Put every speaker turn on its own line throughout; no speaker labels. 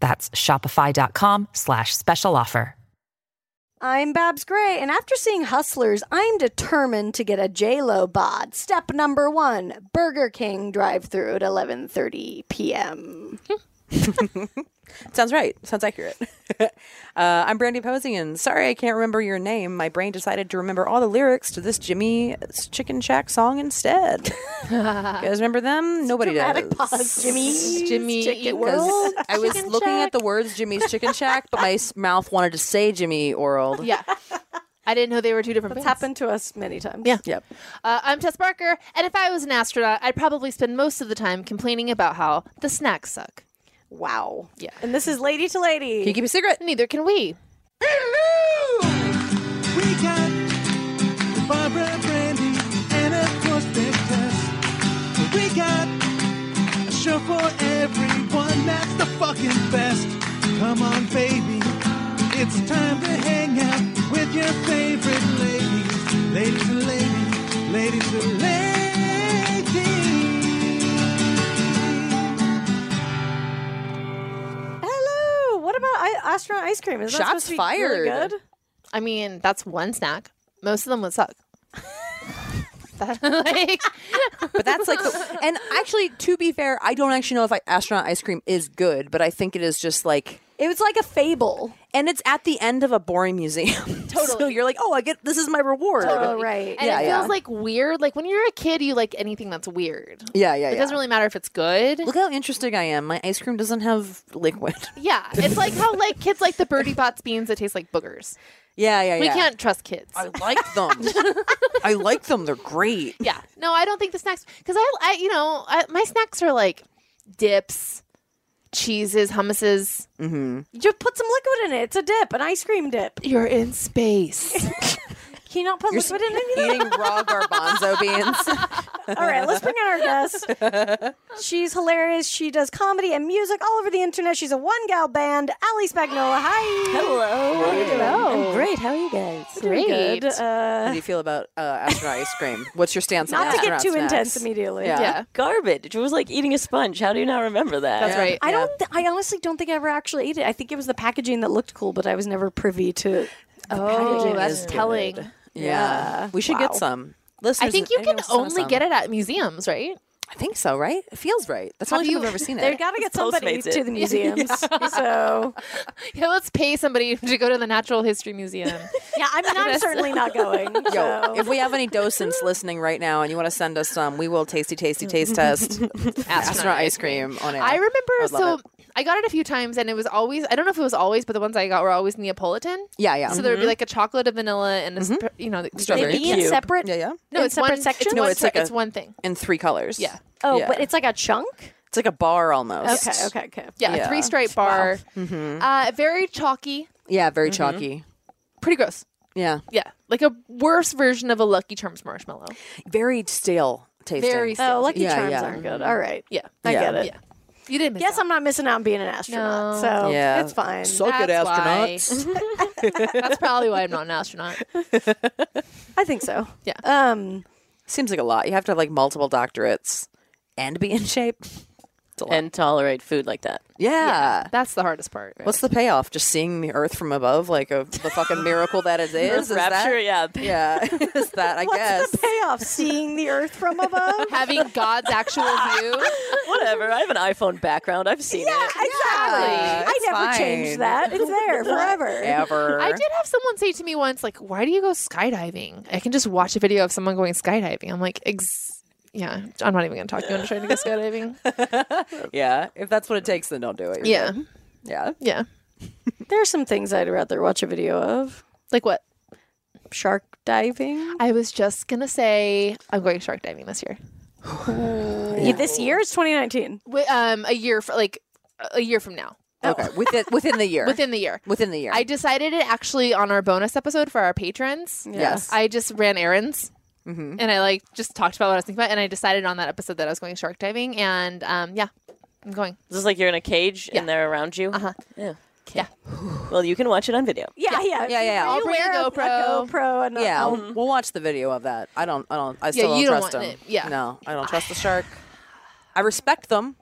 That's shopify.com slash special offer.
I'm Babs Gray, and after seeing Hustlers, I'm determined to get a J-Lo bod. Step number one: Burger King drive-through at 11:30 p.m.
Sounds right. Sounds accurate. uh, I'm Brandy Posian. Sorry, I can't remember your name. My brain decided to remember all the lyrics to this Jimmy's Chicken Shack song instead. you guys remember them? Nobody
Dramatic
does.
pause, Jimmy.
Jimmy
Chicken
because
World.
I was
Chicken
looking
Shack.
at the words Jimmy's Chicken Shack, but my s- mouth wanted to say Jimmy World.
Yeah. I didn't know they were two different
It's
things.
happened to us many times.
Yeah.
Yep.
Uh, I'm Tess Barker, and if I was an astronaut, I'd probably spend most of the time complaining about how the snacks suck.
Wow.
Yeah.
And this is lady to lady.
Can you keep a cigarette?
Neither can we.
We got Barbara Brandy and of course Big Tess. We got a show for everyone that's the fucking best. Come on, baby. It's time to hang out with your favorite ladies. Ladies and ladies, ladies and ladies.
Hello. What about I- astronaut ice cream? Is that
Shots
supposed to be really
fired.
good?
I mean, that's one snack. Most of them would suck. That- like,
But that's like, the, and actually, to be fair, I don't actually know if I, astronaut ice cream is good, but I think it is just like,
It was like a fable.
and it's at the end of a boring museum. Totally. so you're like, oh, I get this is my reward.
Oh, right.
and
Yeah,
it
yeah.
feels like weird. Like when you're a kid, you like anything that's weird.
Yeah, yeah,
It
yeah.
doesn't really matter if it's good.
Look how interesting I am. My ice cream doesn't have liquid.
Yeah, it's like how like kids like the birdie bots beans that taste like boogers.
Yeah, yeah, yeah.
We can't trust kids.
I like them. I like them. They're great.
Yeah. No, I don't think the snacks because I, I, you know, I, my snacks are like dips, cheeses, hummuses.
Just put some liquid in it. It's a dip, an ice cream dip.
You're in space.
Can you not put liquid in anything?
Eating raw garbanzo beans.
All right, let's bring in our guest. She's hilarious. She does comedy and music all over the internet. She's a one gal band. Ali Spagnola. Hi. Hello. How are you doing? I'm great. How are you guys? Pretty
Great.
good.
How
Uh,
do you feel about uh, astronaut ice cream? What's your stance on
not to get
astronaut
too
snacks?
intense immediately.
Yeah.
yeah,
garbage. It was like eating a sponge. How do you not remember that?
that's right.
I don't. Th- I honestly don't think I ever actually ate it. I think it was the packaging that looked cool, but I was never privy to.
oh,
packaging
that's
is
telling.
Yeah. We should get some. Listeners,
I think you can only get it at museums, right?
I think so, right? It feels right. That's the
Have
only time
you-
I've ever seen
They
it.
got to get somebody
Postmates it.
to the museums. So
Yeah, let's pay somebody to go to the Natural History Museum.
yeah, I mean, I'm certainly not going.
Yo,
so.
if we have any docents listening right now and you want to send us some, we will tasty, tasty, taste test astronaut ice cream on it.
I remember.
would love
so I got it a few times, and it was always. I don't know if it was always, but the ones I got were always Neapolitan.
Yeah, yeah.
So there
Mm-hmm.
would be like a chocolate, a vanilla, and a sp- you know,
Strawberry.
strawberry.
they be in
Cube.
separate.
yeah, yeah.
No,
in
it's
separate
one
sections?
It's
No,
one,
it's like
it's
a-
one thing.
In three colors.
Yeah.
Oh,
Yeah.
but it's like a chunk.
It's like a bar almost.
Okay, okay, okay.
Yeah,
Yeah.
a three stripe bar. Uh, very chalky.
Yeah,
Mm-hmm.
very chalky.
Pretty gross.
Yeah.
Yeah. Like a worse version of a Lucky Charms marshmallow.
Very stale tasting.
Very stale.
Oh, Lucky
Yeah,
Charms
yeah.
aren't good. All right.
Yeah.
I
Yeah.
get it.
Yeah. You didn't miss
Yes,
out.
I'm not missing out on being an astronaut,
No.
so
Yeah.
it's fine.
Suck it, That's astronauts. That's probably why I'm not an astronaut.
I think so.
Yeah.
Um,
Seems like a lot. You have to have like multiple doctorates and be in shape. It's a lot.
And tolerate food like that.
yeah.
That's the hardest part. Right?
What's the payoff? Just seeing the Earth from above, like a, the fucking miracle that it is. is
Rapture,
that,
yeah.
yeah, is that? I guess.
the payoff? Seeing the Earth from above.
Having God's actual view.
Whatever. I have an iPhone background. I've seen
yeah,
it.
exactly. I
it's
never
fine.
changed that. It's there forever.
Ever.
I did have someone say to me once, like, why do you go skydiving? I can just watch a video of someone going skydiving. I'm like, ex- yeah, I'm not even going to talk to you on trying to go skydiving.
Yeah. If that's what it takes, then don't do it. You're
Yeah.
good. Yeah.
Yeah.
There are some things I'd rather watch a video of.
Like what?
Shark diving.
I was just gonna say I'm going shark diving this year.
Yeah, Uh, This year is 2019.
Wi- Um, a year for like a year from now.
Okay, within within the year.
within the year.
within the year.
I decided it actually on our bonus episode for our patrons.
Yes.
I just ran errands. And I like just talked about what I was thinking about, and I decided on that episode that I was going shark diving, and um, yeah, I'm going.
Is this like you're in a cage and they're around you? Uh-huh. Yeah. Yeah. Well, you can watch it on video.
Yeah, yeah,
Yeah, yeah, yeah.
Are
I'll
you
bring a
aware of
GoPro.
GoPro, and
yeah,
I'll-
we'll watch the video of that. I don't. I don't. I still
um, you
don't,
don't
trust
want
him.
it. Yeah.
No, I don't trust the shark. I respect them,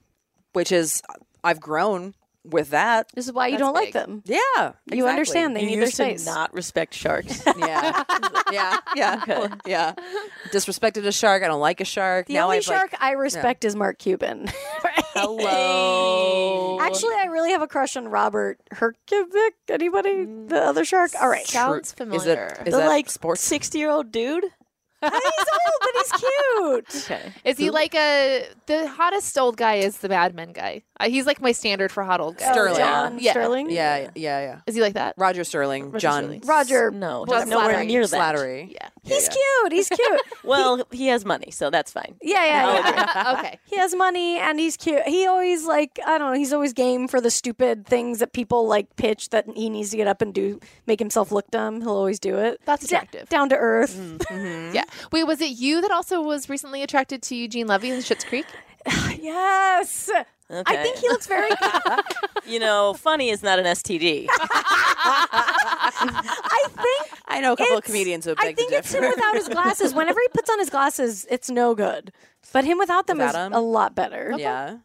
which is I've grown with that.
this is why you
That's
don't like
big.
them.
Yeah,
You understand they
You
need their
used to
space.
not respect sharks.
Yeah, yeah, yeah, yeah. Disrespected a shark. I don't like a shark.
the
now
only
I've
shark
Like,
I respect is Mark Cuban.
Hello.
Actually, I really have a crush on Robert Herkovic. Anybody? The other shark? All right.
Sure. Sounds
Is it?
familiar.
Is
the
that
like
sports?
sixty-year-old dude.
he's old, but he's cute.
Okay.
Is he like a the hottest old guy? Is the Mad Men guy? Uh, he's like my standard for hot old guy.
Sterling.
John
Yeah.
Sterling.
Yeah, yeah, yeah.
Is he like that?
Roger Sterling,
Roger
John
Sterling.
Roger.
No, he's
John
nowhere
Slattery.
near that.
Slattery.
Yeah.
He's cute. He's cute.
Well, he has money, so that's fine.
Yeah, yeah, yeah.
okay.
He has money and he's cute. He always like I don't know. He's always game for the stupid things that people like pitch that he needs to get up and do, make himself look dumb. He'll always do it.
That's
Da-
attractive.
down to earth.
Yeah. Wait, was it you that also was recently attracted to Eugene Levy in Schitt's Creek?
Yes. I
Okay.
think he looks very.
You know, funny is not an STD.
I think
I know a couple of
It's-
comedians who
I
beg to
think it's him
differ.
without his glasses. Whenever he puts on his glasses, it's no good. But him without them
Without
is
him?
a lot better.
Yeah,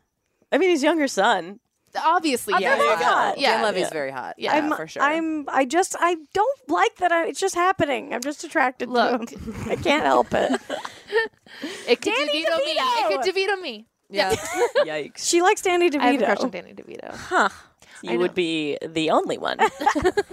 I mean, his younger son.
Obviously, yeah.
they're both
yeah.
hot.
Yeah.
Dan Levy's
yeah.
very hot.
Yeah.
Yeah,
I'm,
for sure.
I'm. I just. I don't like that. I, it's just happening. I'm just attracted
Look.
to him. I can't help it.
It could
Danny
DeVito, me.
DeVito!
It could DeVito me.
yeah.
Yikes.
She likes Danny
I have a crush on
DeVito.
Danny DeVito.
You would be the only one.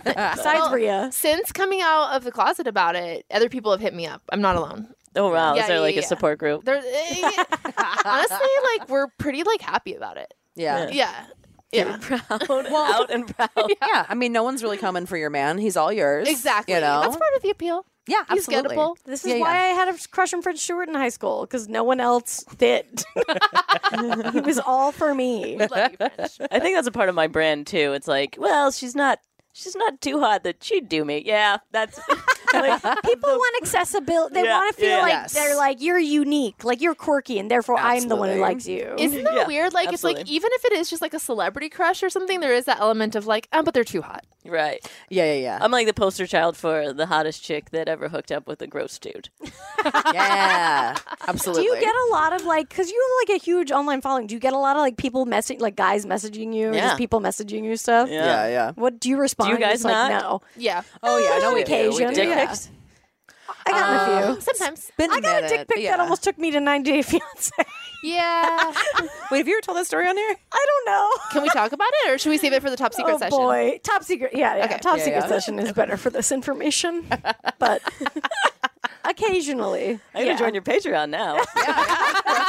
Besides Rhea.
Since coming out of the closet about it, other people have hit me up. I'm not alone.
Oh wow,
Yeah,
is there like
yeah,
a
yeah.
support group?
They're, honestly, like we're pretty like happy about it.
yeah.
Yeah. Yeah.
Proud, out and proud.
Yeah, I mean, no one's really coming for your man. He's all yours.
Exactly.
You know?
That's part of the appeal.
yeah,
He's
absolutely.
gettable.
This is
Yeah,
why
yeah.
I had a crush on Fred Stewart in high school because no one else did. he was all for me.
Love you, French.
I think that's a part of my brand too. It's like, well, she's not she's not too hot that she'd do me. Yeah, that's like,
People want accessibility. They
Yeah,
want to feel
yeah.
like
Yes.
they're like you're unique, like you're quirky, and therefore I'm the one who
Absolutely.
likes you.
Isn't that
Yeah,
weird? Like, it's like
absolutely.
even if it is just like a celebrity crush or something, there is that element of like, ah, but they're too hot.
right.
Yeah, yeah,
I'm like the poster child for the hottest chick that ever hooked up with a gross dude.
yeah. yeah,
do
absolutely.
you get a lot of like because you have like a huge online following? Do you get a lot of like people messaging, like guys messaging you, or
Yeah.
just people messaging you stuff?
Yeah.
Yeah, yeah.
What do you respond?
Do you guys
It's like,
not?
no.
Yeah.
Oh yeah, no, we do. We
Occasion.
do.
Dick
Yeah.
pics?
I got
Uh,
a few.
Sometimes.
Been a
I got a
minute,
dick
but
pic
yeah.
that almost took me to 90 Day Fiance.
Yeah.
Wait, have you ever told that story on here?
I don't know.
Can we talk about it or should we save it for the top secret
oh
session?
boy, top secret. Yeah, yeah.
Okay.
Top
Yeah,
secret
yeah.
session is better for this information, but occasionally,
I'm
yeah.
gonna join your Patreon now.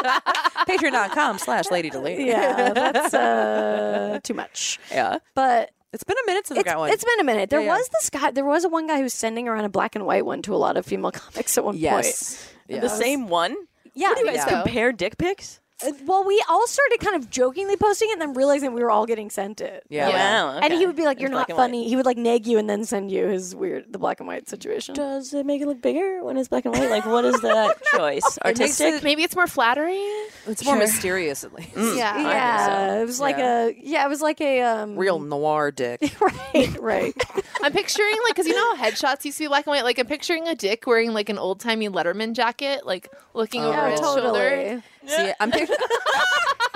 Patreon.com slash lady to lady.
Yeah, that's uh, too much.
yeah.
But
It's been a minute since I
it's,
got one.
it's been a minute. There
Yeah, yeah.
was this guy. There was a one guy who was sending around a black and white one to a lot of female comics at one point.
yes.
The same one?
Yeah,
Do you guys
Yeah.
compare dick pics?
Uh, Well, we all started kind of jokingly posting it, and then realizing we were all getting sent it.
Yeah.
Wow.
And he
okay.
would be like, "You're
In
not
black and white.
funny." He would like nag you and then send you his weird, the black and white situation.
Does it make it look bigger when it's black and white? Like, what is that choice?
makes
Artistic?
it-
Maybe it's more flattering.
It's more mysterious at least.
Mm.
Mm.
Yeah.
Yeah, it was like
Yeah.
a yeah, it was like a um
Real noir dick.
right, right.
I'm picturing like because you know how headshots used to be black and white. Like I'm picturing a dick wearing like an old timey Letterman jacket, like looking over
Oh,
his shoulder.
totally.
See, I'm picturing.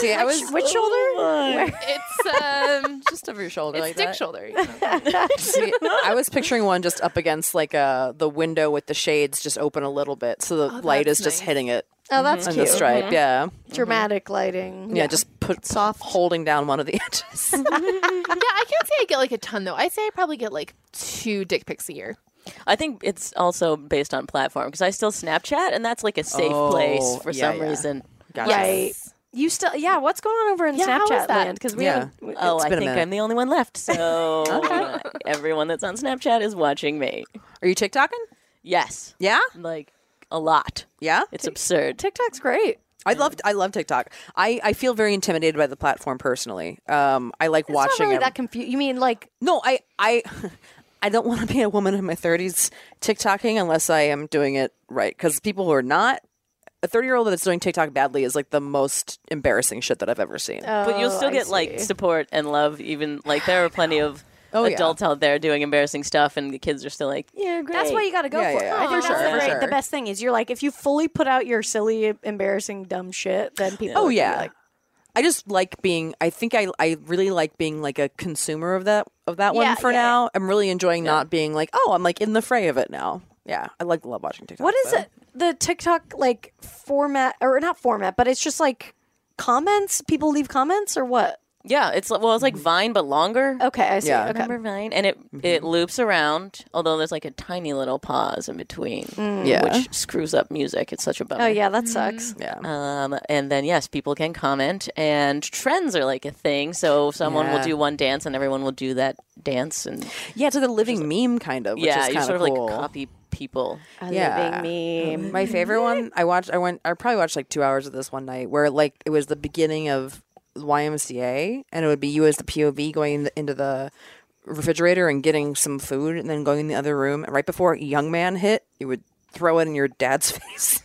See, I was
Which shoulder?
It's um,
just over your shoulder like
it's dick
that.
shoulder. you know?
See, I was picturing one just up against like uh, the window with the shades just open a little bit, so the light is
that's
just
nice.
hitting it
Oh, that's
on
cute.
the stripe. Yeah.
Dramatic lighting.
yeah, just put soft holding down one of the edges.
yeah, I can't say I get like a ton though. I say I probably get like two dick pics a year.
I think it's also based on platform because I still Snapchat, and that's like a safe
Oh,
place for
yeah,
some
yeah.
reason.
Gotcha.
Right. You still yeah, what's going on over in
Yeah, how is
Snapchat
that?
land? Because we
Yeah.
haven't w-
oh,
It's
I
been a
think
minute.
I'm the only one left. So everyone that's on Snapchat is watching me.
Are you TikToking?
Yes,
Yeah.
like a lot.
Yeah.
It's absurd.
TikTok's great.
I love I love TikTok. I, I feel very intimidated by the platform personally. Um, I like
It's not
watching
really
it.
that confused. You mean like
No, I I I don't want to be a woman in my 30s TikToking unless I am doing it right cuz people who are not a 30-year-old that's doing TikTok badly is like the most embarrassing shit that I've ever seen.
but you'll
Oh,
still
I
get like
see.
support and love. Even like there are plenty of
Oh, yeah.
adults out there doing embarrassing stuff, and the kids are still like, "Yeah, great."
that's what you got to go
Yeah,
for.
yeah, yeah.
I
For
think that's
sure,
the,
for
great-
sure.
the best thing is you're like if you fully put out your silly, embarrassing, dumb shit, then people.
oh
would be
yeah.
like,
I just like being I think I I really like being like a consumer of that of that
Yeah,
one for
yeah,
now. I'm really enjoying not being like, "Oh, I'm like in the fray of it now." Yeah, I like love watching TikTok.
what is
though.
it? The TikTok like format or not format, but it's just like comments. People leave comments or what?
Yeah, it's like- well, it's
Mm-hmm.
like Vine but longer.
Okay, I see.
Yeah.
Okay.
Remember Vine, and it it loops around. Although there's like a tiny little pause in between,
Yeah.
which screws up music. It's such a bummer.
Oh yeah, that sucks.
Mm-hmm.
Yeah.
Um, and then yes, people can comment, and trends are like a thing. So someone will
Yeah.
do one dance, and everyone will do that dance, and
Yeah, it's like a living meme kind of, which
yeah,
is
you
kind
sort
cool.
of like copy people.
A
Yeah.
living meme.
My favorite one, I watched. I went. I probably watched like two hours of this one night, where like it was the beginning of YMCA, and it would be you as the POV going in the, into the refrigerator and getting some food, and then going in the other room. And right before Young Man hit, you would throw it in your dad's face.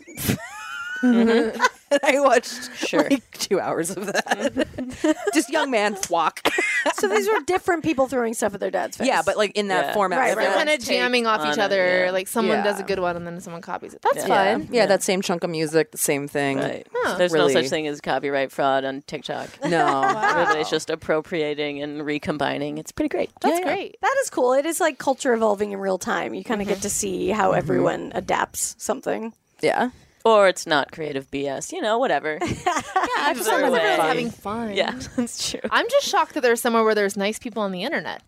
and I watched
Mm-hmm. Sure. Mm-hmm.
like two hours of that. Just Young Man walk.
So these were different people throwing stuff at their dad's face.
yeah, but like in that
Yeah.
format.
Right,
everyone-
right.
kind of
Everyone's take
jamming off
on
each
it,
other.
yeah.
Like someone does a
Yeah.
good one and then someone copies it.
Yeah.
That's fun.
yeah, that same chunk of music, the same thing.
Right. There's no
Really.
such thing as copyright fraud on TikTok.
No,
Everybody's just appropriating and recombining. It's pretty great.
That's great.
That is cool. It is like culture evolving in real time. You kind of
Mm-hmm.
get to see how everyone adapts something.
yeah.
Or it's not creative BS. You know, whatever.
I just
Either
thought everyone's
way.
having fun.
yeah, that's true.
I'm just shocked that there's somewhere where there's nice people on the internet.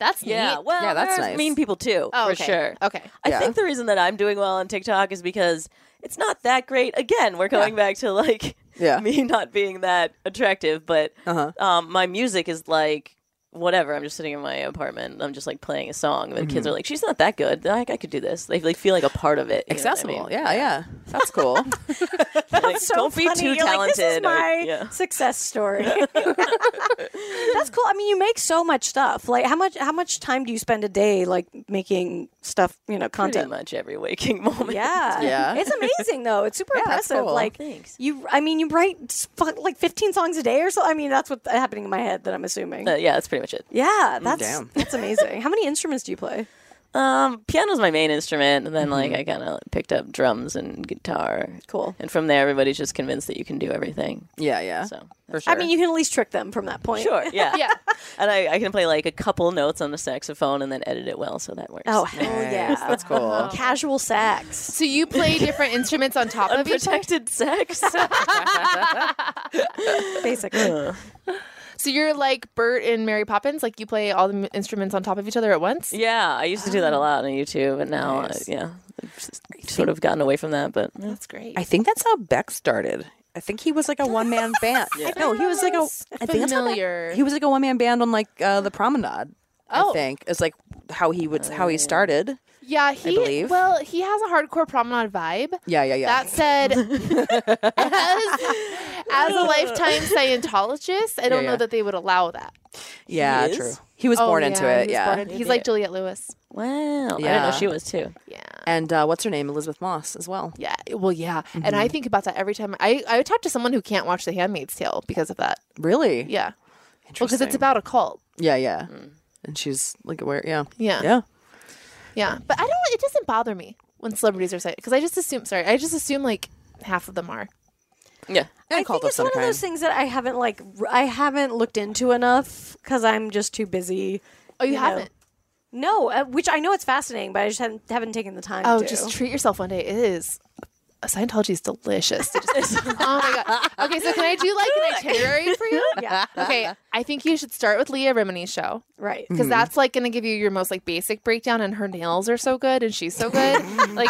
That's
Yeah,
neat.
well,
Yeah, that's
there's
nice.
mean people too,
Oh,
for
okay.
sure.
Okay.
I
Yeah.
think the reason that I'm doing well on TikTok is because it's not that great. Again, we're going back to like
Yeah.
me not being that attractive, but
Uh-huh.
um, my music is like whatever. I'm just sitting in my apartment. and I'm just like playing a song. And the kids are like, "She's not that good. Like I could do this." They like, feel like a part of it. you know what I
accessible.
mean?
Yeah, yeah. That's cool.
Like,
so
don't be
funny.
too
You're like,
talented.
this is
or-
my
yeah.
success story. That's cool. I mean, you make so much stuff. Like, how much how much time do you spend a day like making stuff? You know,
Pretty
content.
much every waking moment.
Yeah,
Yeah.
It's amazing though. It's super
that's
impressive.
cool.
Like,
Thanks.
You, I mean, you write s- fuck, like 15 songs a day or so. I mean, that's what's happening in my head that I'm assuming.
Uh, yeah, that's pretty much it.
yeah, that's
damn.
that's amazing. How many instruments do you play?
Um, piano's my main instrument, and then like I kind of picked up drums and guitar.
Cool.
And from there, everybody's just convinced that you can do everything.
Yeah, yeah.
So
for sure.
I mean, you can at least trick them from that point.
sure, yeah,
Yeah.
And I, I can play like a couple notes on the saxophone and then edit it well, so that works.
Oh hell yeah! Uh-huh.
that's cool.
Casual sax.
So you play different instruments on top of each other.
Unprotected sex.
Basically,
So you're like Bert and Mary Poppins. Like you play all the m- instruments on top of each other at once.
yeah, I used to do that a lot on YouTube, and now uh, yeah, I've s- sort of gotten away from that. But uh,
That's great.
I think that's how Beck started. I think he was like a one man band. No, he was like a. I think that's how Beck-
Familiar.
he was like a one man band on like uh, the Promenade.
Oh.
I think it's like how he would how he started.
yeah, he.
believe.
Well, he has a hardcore promenade vibe.
Yeah, yeah, yeah.
That said, as, as a lifetime Scientologist, I don't
Yeah,
know
yeah.
that they would allow that.
yeah,
He is?
true. He was
Oh,
born
yeah,
into
he
it.
was
Yeah.
born in- he's like Juliet Lewis.
wow, I didn't
Yeah.
know she was too.
Yeah.
and uh, what's her name? Elizabeth Moss as well.
Yeah. Well, yeah. And
Mm-hmm.
I think about that every time. I I talk to someone who can't watch The Handmaid's Tale because of that.
Really?
Yeah. Well, because it's
Interesting.
about a cult.
Yeah, yeah. And she's like aware. Yeah.
Yeah.
Yeah.
Yeah, but I don't. It doesn't bother me when celebrities are cited because I just assume. Sorry, I just assume like half of them are.
Yeah,
And
I
cult
think it's one of those things that I haven't like r- I haven't looked into enough because I'm just too busy.
Oh, you,
You know,
haven't.
No, uh, which I know it's fascinating, but I just haven't, haven't taken the time.
Oh,
to.
just treat yourself one day. It is. Scientology is delicious. It just- oh my god. Okay, so can I do like an itinerary for you?
Yeah.
Okay, I think you should start with Leah Rimini's show
right.
because that's like going to give you your most like basic breakdown. And her nails are so good, and she's so good. like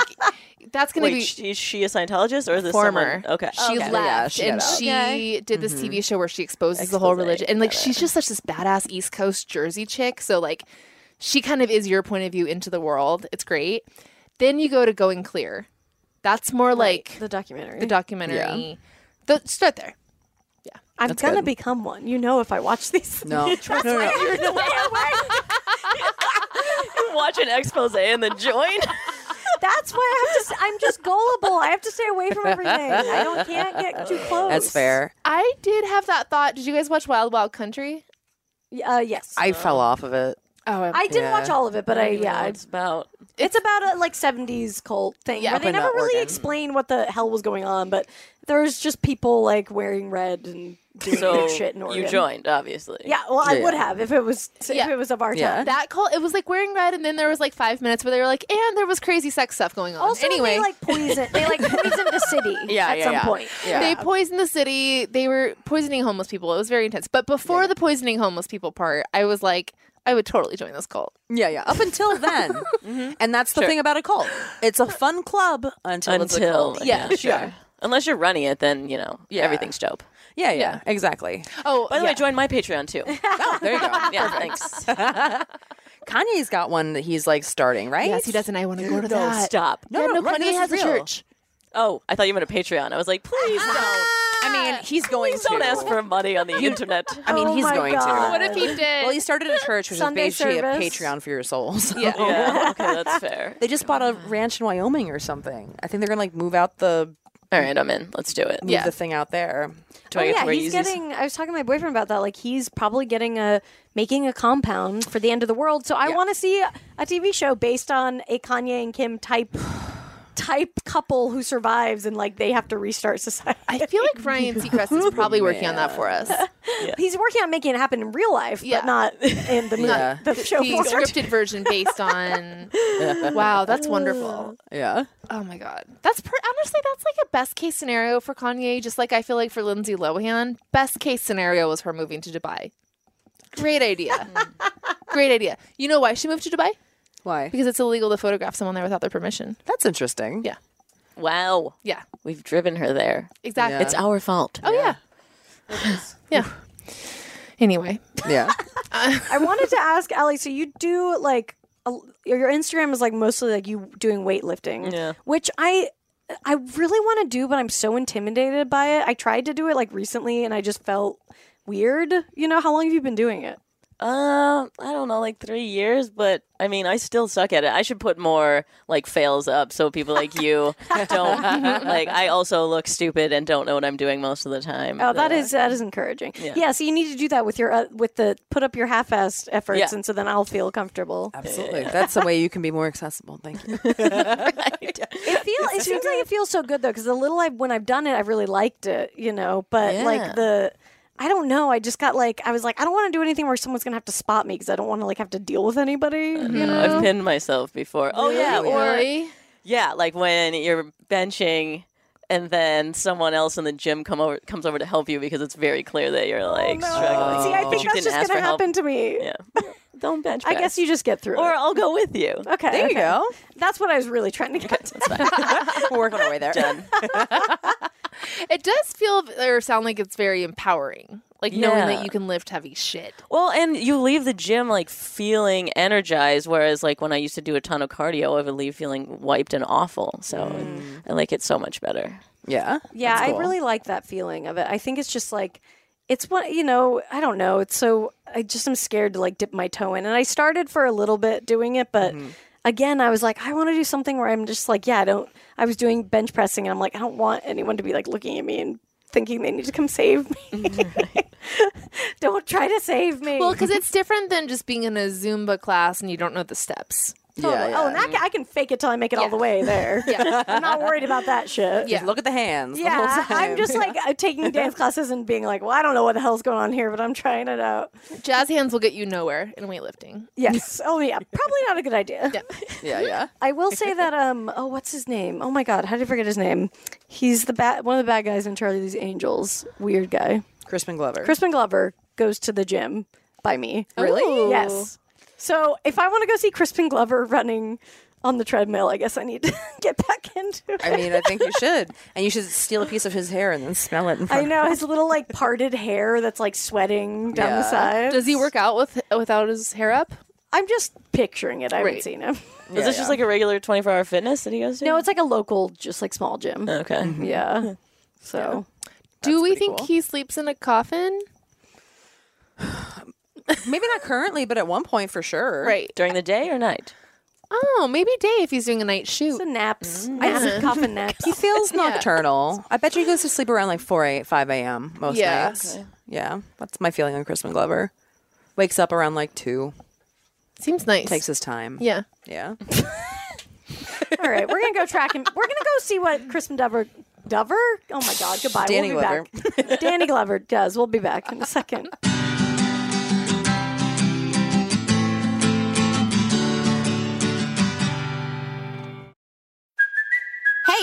that's going to
wait,
be
sh- is she a Scientologist or is this
former.
Someone? Okay,
She
okay.
left
Yeah, she got
and
out.
she did this TV show where she exposes the whole
Mm-hmm. Expose,
religion. And like
got it.
she's just such this badass East Coast Jersey chick. So like she kind of is your point of view into the world. It's great. Then you go to Going Clear. That's more like
the documentary.
the documentary. Th- start there.
I'm
That's
gonna
good.
become one. You know, if I watch these.
No. no, no, no.
Watch an expose and then join.
That's why I have to. s- I'm just gullible. I have to stay away from everything. I don't can't get too close.
That's fair.
I did have that thought. Did you guys watch Wild Wild Country?
Y- Uh, yes. I,
I fell off of it.
Oh, I,
didn't
yeah.
watch all of it, but I yeah. I-
it's about.
it's about a like '70s cult thing
Yeah,
where they
up in,
never
uh,
really
Oregon.
explain what the hell was going on, but there's just people like wearing red and doing
So
weird shit in Oregon.
you joined, obviously.
Yeah, well, I
Yeah.
would have if it was if
Yeah.
it was of our
Yeah.
time.
that call. It was like wearing red, and then there was like five minutes where they were like, and there was crazy sex stuff going on.
Also,
anyway,
they like poison. They like poisoned the city
Yeah,
at
yeah,
some
yeah.
point.
Yeah.
They poisoned the city. They were poisoning homeless people. It was very intense. But before the poisoning homeless people part, I was like, I would totally join this cult.
Yeah, yeah. Up until then. And that's the thing about a cult. It's a fun club until, it's a
Until
cult.
yeah, sure.
Yeah.
Unless you're running it, then you know everything's dope.
Yeah, yeah, exactly.
Oh,
By the way, join my Patreon too.
Oh, there you go.
yeah, thanks.
Kanye's got one that he's like starting, right?
yes, he does, and I want to go to
No,
that.
stop.
No, yeah,
no,
no,
right,
Kanye
this
has a
is real.
church.
Oh, I thought you meant a Patreon. I was like, please don't.
Ah,
I mean, he's going to.
Don't ask for money on the internet.
I mean,
Oh
he's
my
going
God.
to.
What if he did?
Well, he started a church, which
Sunday
is basically
service.
a Patreon for your soul. so-
Oh,
Yeah, okay, that's fair.
They just bought a ranch in Wyoming or something. I think they're gonna like move out the
All right, I'm in. Let's do it.
move
Yeah.
the thing out there.
Do
Oh,
I get
yeah,
to wear
he's
Yeezys?
getting. I was talking to my boyfriend about that. Like, he's probably getting a making a compound for the end of the world. So I want to see a TV show based on a Kanye and Kim type type couple who survives and like they have to restart society.
I feel like Ryan Seacrest is probably working on that for us.
he's working on making it happen in real life,
Yeah.
but not in the,
Yeah.
the,
The
show format.
scripted version based on. wow, that's wonderful.
Yeah.
Oh my god, that's per- honestly that's like a best case scenario for Kanye. Just like I feel like for Lindsay Lohan, best case scenario was her moving to Dubai. Great idea. Great idea. You know why she moved to Dubai?
Why?
Because it's illegal to photograph someone there without their permission.
That's interesting.
Yeah.
Wow,
Yeah,
we've driven her there.
exactly.
Yeah.
It's
Uh,
our fault.
oh yeah, yeah. Anyway,
Yeah.
I wanted to ask Ali. So you do like a, your Instagram is like mostly like you doing weightlifting,
Yeah.
Which I I really want to do, but I'm so intimidated by it. I tried to do it like recently, and I just felt weird. You know, how long have you been doing it?
Um, I don't know, like three years, but I mean, I still suck at it. I should put more like fails up so people like you don't like. I also look stupid and don't know what I'm doing most of the time.
Oh, that is that is encouraging. Yeah. so you need to do that with your uh, with the put up your half-assed efforts,
Yeah.
and so then I'll feel comfortable.
Absolutely. That's the way you can be more accessible. Thank you.
It feels. It seems like it feels so good though, because the little I when I've done it, I've really liked it, you know. But
Yeah.
like the, I don't know. I just got like I was like I don't want to do anything where someone's gonna have to spot me because I don't want to like have to deal with anybody. You know?
I've pinned myself before. Oh yeah, or
really?
Yeah, like when you're benching and then someone else in the gym come over comes over to help you because it's very clear that you're like struggling.
See, I
but
think
you
that's
didn't
just
ask
gonna
for help.
happen to me.
Yeah. Don't bench
I guess
press.
you just get through
or
it.
I'll go with you.
Okay,
There you
okay.
go.
That's what I was really trying to get. to.
We're working our way there.
It does feel or sound like it's very empowering. Like knowing
Yeah.
that you can lift heavy shit.
Well, and you leave the gym like feeling energized, whereas like when I used to do a ton of cardio, I would leave feeling wiped and awful. So I like it so much better.
Yeah.
Yeah,
That's
I
cool.
really like that feeling of it. I think it's just like it's what you know, I don't know. It's so I just am scared to like dip my toe in. And I started for a little bit doing it, but
Mm-hmm.
again, I was like, I want to do something where I'm just like, yeah, I don't I was doing bench pressing and I'm like, I don't want anyone to be like looking at me and thinking they need to come save me. don't try to save me.
Well, because it's different than just being in a Zumba class and you don't know the steps.
Yeah, yeah.
Oh, and I can, I can fake it till I make it all the way there.
Yeah.
I'm not worried about that shit.
Yeah.
Look at the hands. the whole
Yeah, I'm
time.
just like uh, taking dance classes and being like, well, I don't know what the hell's going on here, but I'm trying it out.
Jazz hands will get you nowhere in weightlifting.
Yes. Oh yeah, probably not a good idea.
Yeah, yeah.
I will say that um oh what's his name? Oh my god, how did I forget his name? He's the bad one of the bad guys in Charlie These Angels. Weird guy.
Crispin Glover.
Crispin Glover goes to the gym by me.
Really? Ooh.
Yes. So if I want to go see Crispin Glover running on the treadmill, I guess I need to get back into it.
I mean, I think you should. And you should steal a piece of his hair and then smell it in
I
front
know his little like parted hair that's like sweating down the
Yeah.
side.
Does he work out with without his hair up?
I'm just picturing it. I haven't
Right.
seen him.
Is this just like a regular 24 hour fitness that he goes to? Oh. Mm-hmm.
No, it's like a local, just like small gym.
okay.
Yeah. So
Do we
pretty
think
cool.
he sleeps in a coffin?
Maybe not currently, but at one point for sure.
Right.
During the day or night?
Oh, maybe day if he's doing a night shoot.
So naps. I just coffin naps.
He feels nocturnal. I bet you he goes to sleep around like 4 8, 5 a.m. most
Yeah.
nights. Yeah. That's my feeling on Crispin Glover. Wakes up around like 2,
Seems nice.
takes his time.
yeah.
Yeah.
All right, we're gonna go track him. We're gonna go see what Crispin Dover, Dover. Oh my God! Goodbye.
Danny
we'll be Back. Danny Glover does. We'll be back in a second.
Hey,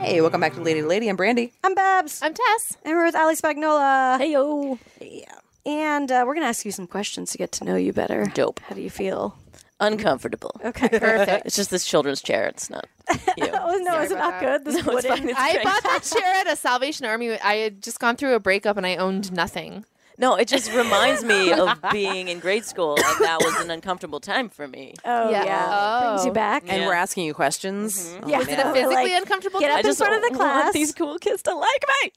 Hey, welcome back to Lady to Lady. I'm Brandy.
I'm Babs,
I'm Tess.
and we're with Ali Spagnola,
Hey yo.
and uh, we're gonna ask you some questions to get to know you better.
Dope.
How do you feel?
Uncomfortable.
Okay, perfect.
It's just this children's chair. It's not you.
oh no, is it not good? This
No, it's fine.
wooden.
It's
I
great.
bought that chair at a Salvation Army. I had just gone through a breakup and I owned nothing.
No, it just reminds me of being in grade school, and that was an uncomfortable time for me.
Oh yeah,
Yeah.
brings you
Oh.
back.
And
Yeah.
we're asking you questions. Oh,
Yeah.
man.
Was it a
Physically
like,
uncomfortable.
get
time.
up in front of the class.
Want these cool kids to like me.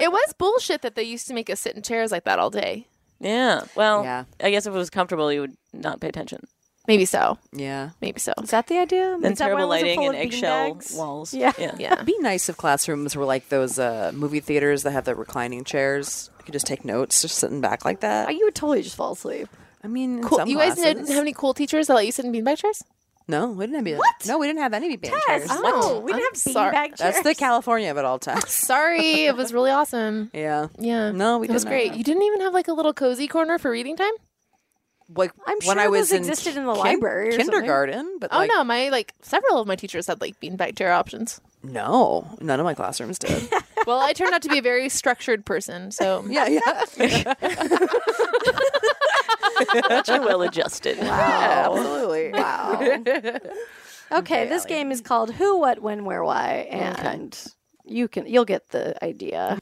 It was bullshit that they used to make us sit in chairs like that all day.
Yeah. Well,
Yeah.
I guess if it was comfortable, you would not pay attention.
Maybe so.
yeah.
Maybe so.
Is that the idea?
And
is that why
terrible
it wasn't
lighting
full
and
of bean
eggshell
bags?
walls.
Yeah.
Yeah.
Be nice if classrooms were like those uh, movie theaters that have the reclining chairs. You could just take notes, just sitting back like
Oh,
that.
you would totally just fall asleep.
I mean, in
Cool.
some
You guys didn't
classes-
have any cool teachers that let you sit in beanbag chairs?
No, we didn't have any. What? No, we didn't have any band chairs.
Oh, we didn't
I'm
have
sorry.
beanbag chairs.
That's the California of it all times.
Sorry, it was really awesome.
yeah.
Yeah.
No, we
It was
didn't
great.
have-
You didn't even have like a little cozy corner for reading time?
Like
I'm
when
sure
I was
those existed in the library or something.
kindergarten, but
Oh
like,
no, my like several of my teachers had like beanbag chair options.
no, none of my classrooms did.
Well, I turned out to be a very structured person, so
yeah, yeah, yeah,
But you're well adjusted.
absolutely. Wow.
Oh, Okay, this game is called Who, What, When, Where, Why, and you can you'll get the idea.